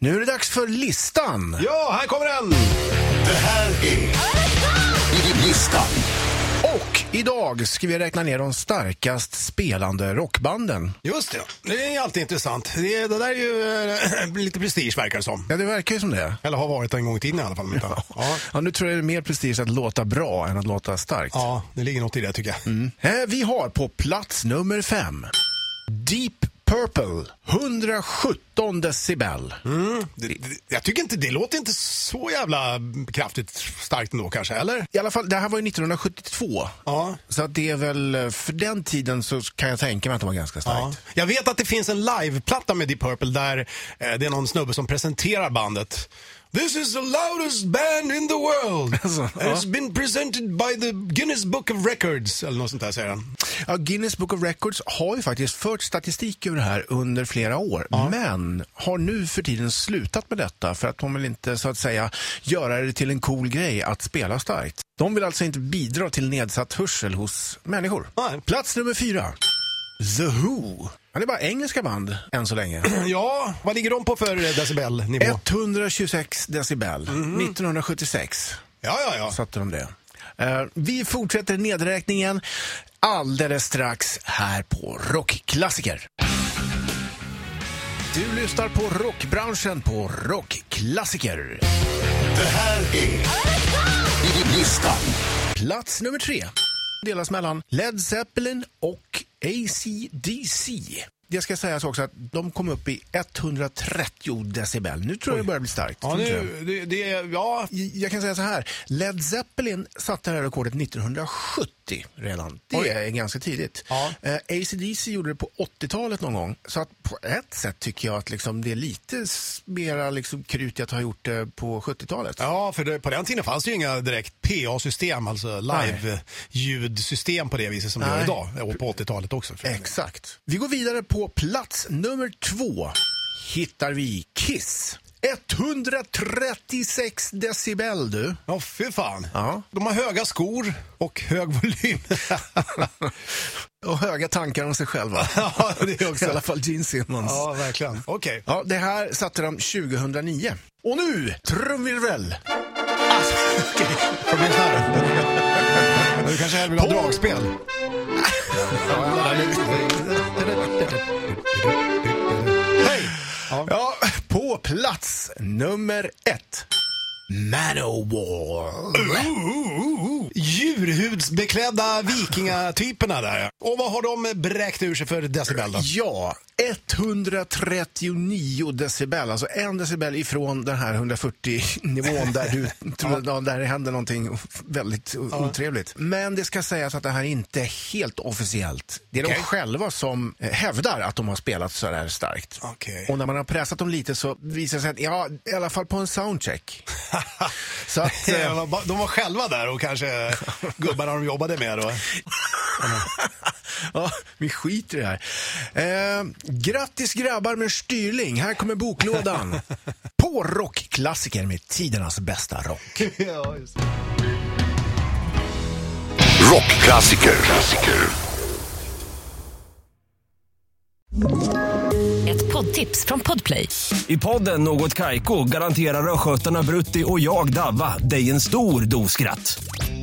Nu är det dags för listan. Ja, här kommer den! Det här är listan. Och idag ska vi räkna ner de starkast spelande rockbanden. Just det. Det är alltid intressant. Det, det där är ju eh, lite prestige verkar det som. Ja, det verkar ju som det. Eller har varit en gång i tiden i alla fall. men- Ja. Ja, nu tror jag det är mer prestige att låta bra än att låta starkt. ja, det ligger något i det tycker jag. Mm. Eh, Vi har på plats nummer fem Deep Purple, 117 decibel. Mm. Det, det, jag tycker inte, det låter inte så jävla kraftigt starkt ändå kanske, eller? I alla fall, det här var ju 1972. Ja. Så att det är väl, eh, för den tiden så kan jag tänka mig att det var ganska Ja. starkt. Jag vet att det finns en liveplatta med Deep Purple där eh, det är någon snubbe som presenterar bandet. This is the loudest band in the world. Alltså, It's been presented by the Guinness Book of Records. Eller något sånt där säger han. Ja, Guinness Book of Records har ju faktiskt fört statistik över det här under flera år. Men har nu för tiden slutat med detta för att de vill inte så att säga göra det till en cool grej att spela starkt. De vill alltså inte bidra till nedsatt hörsel hos människor. Nej. Plats nummer fyra. The Who. Ja, det är bara engelska band än så länge. Ja, vad ligger de på för eh, decibelnivå? 126 decibel. 1976 Ja, ja, ja. satte de det. Eh, vi fortsätter nedräkningen alldeles strax här på Rockklassiker. Du lyssnar på rockbranschen på Rockklassiker. Det här är listan. Plats nummer tre delas mellan Led Zeppelin och AC/DC. Det ska sägas också att de kom upp i 130 decibel. Nu tror jag det börjar bli starkt. Ja, Tror inte du? nu, det, det, ja, Jag kan säga så här, Led Zeppelin satte det här rekordet 1970 redan. Det Oj. är ganska tidigt. Ja. Eh, ACDC gjorde det på 80-talet någon gång. Så att på ett sätt tycker jag att liksom det är lite s- mera liksom krut i att ha gjort det på 70-talet. ja, för det, på den tiden fanns det ju inga direkt PA-system, alltså live-ljudsystem på det viset som vi har Nej. idag. Och på 80-talet också. för- Exakt. Vi går vidare på plats nummer två. Hittar vi Kiss. 136 decibel du. Ja, fy fan. Ja. De har höga skor och hög volym. Och höga tankar om sig själva. Ja, det är också. I alla fall Gene Simmons. ja, verkligen. Okej. Ja, det här satte de 2009. Och nu, trumvirvel! Får det bli en sån här? Du kanske hellre vill ha dragspel? Hej! Ja, på plats nummer ett. Manowar. Djurhudsbeklädda vikingatyperna där. Och vad har de bräkt ur sig för decibel då? Ja, 139 decibel. Alltså en decibel ifrån den här 140-nivån där, du, tror, ja. där det händer någonting väldigt o- otrevligt. Men det ska sägas att det här är inte helt officiellt. Det är Okej. de själva som eh, hävdar att de har spelat så här starkt. Okej. Och när man har pressat dem lite så visar det sig att, ja, i alla fall på en soundcheck. så att... eh, De var själva där och kanske gubbarna de jobbade med då. Ja, vi skiter i det här. Eh, grattis grabbar med styrling. Här kommer boklådan. På rockklassiker med tidernas bästa rock. Rockklassiker. Klassiker. Ett poddtips från Podplay. I podden Något Kaiko garanterar östgötarna Brutti och jag, Davva, dig en stor dos skratt.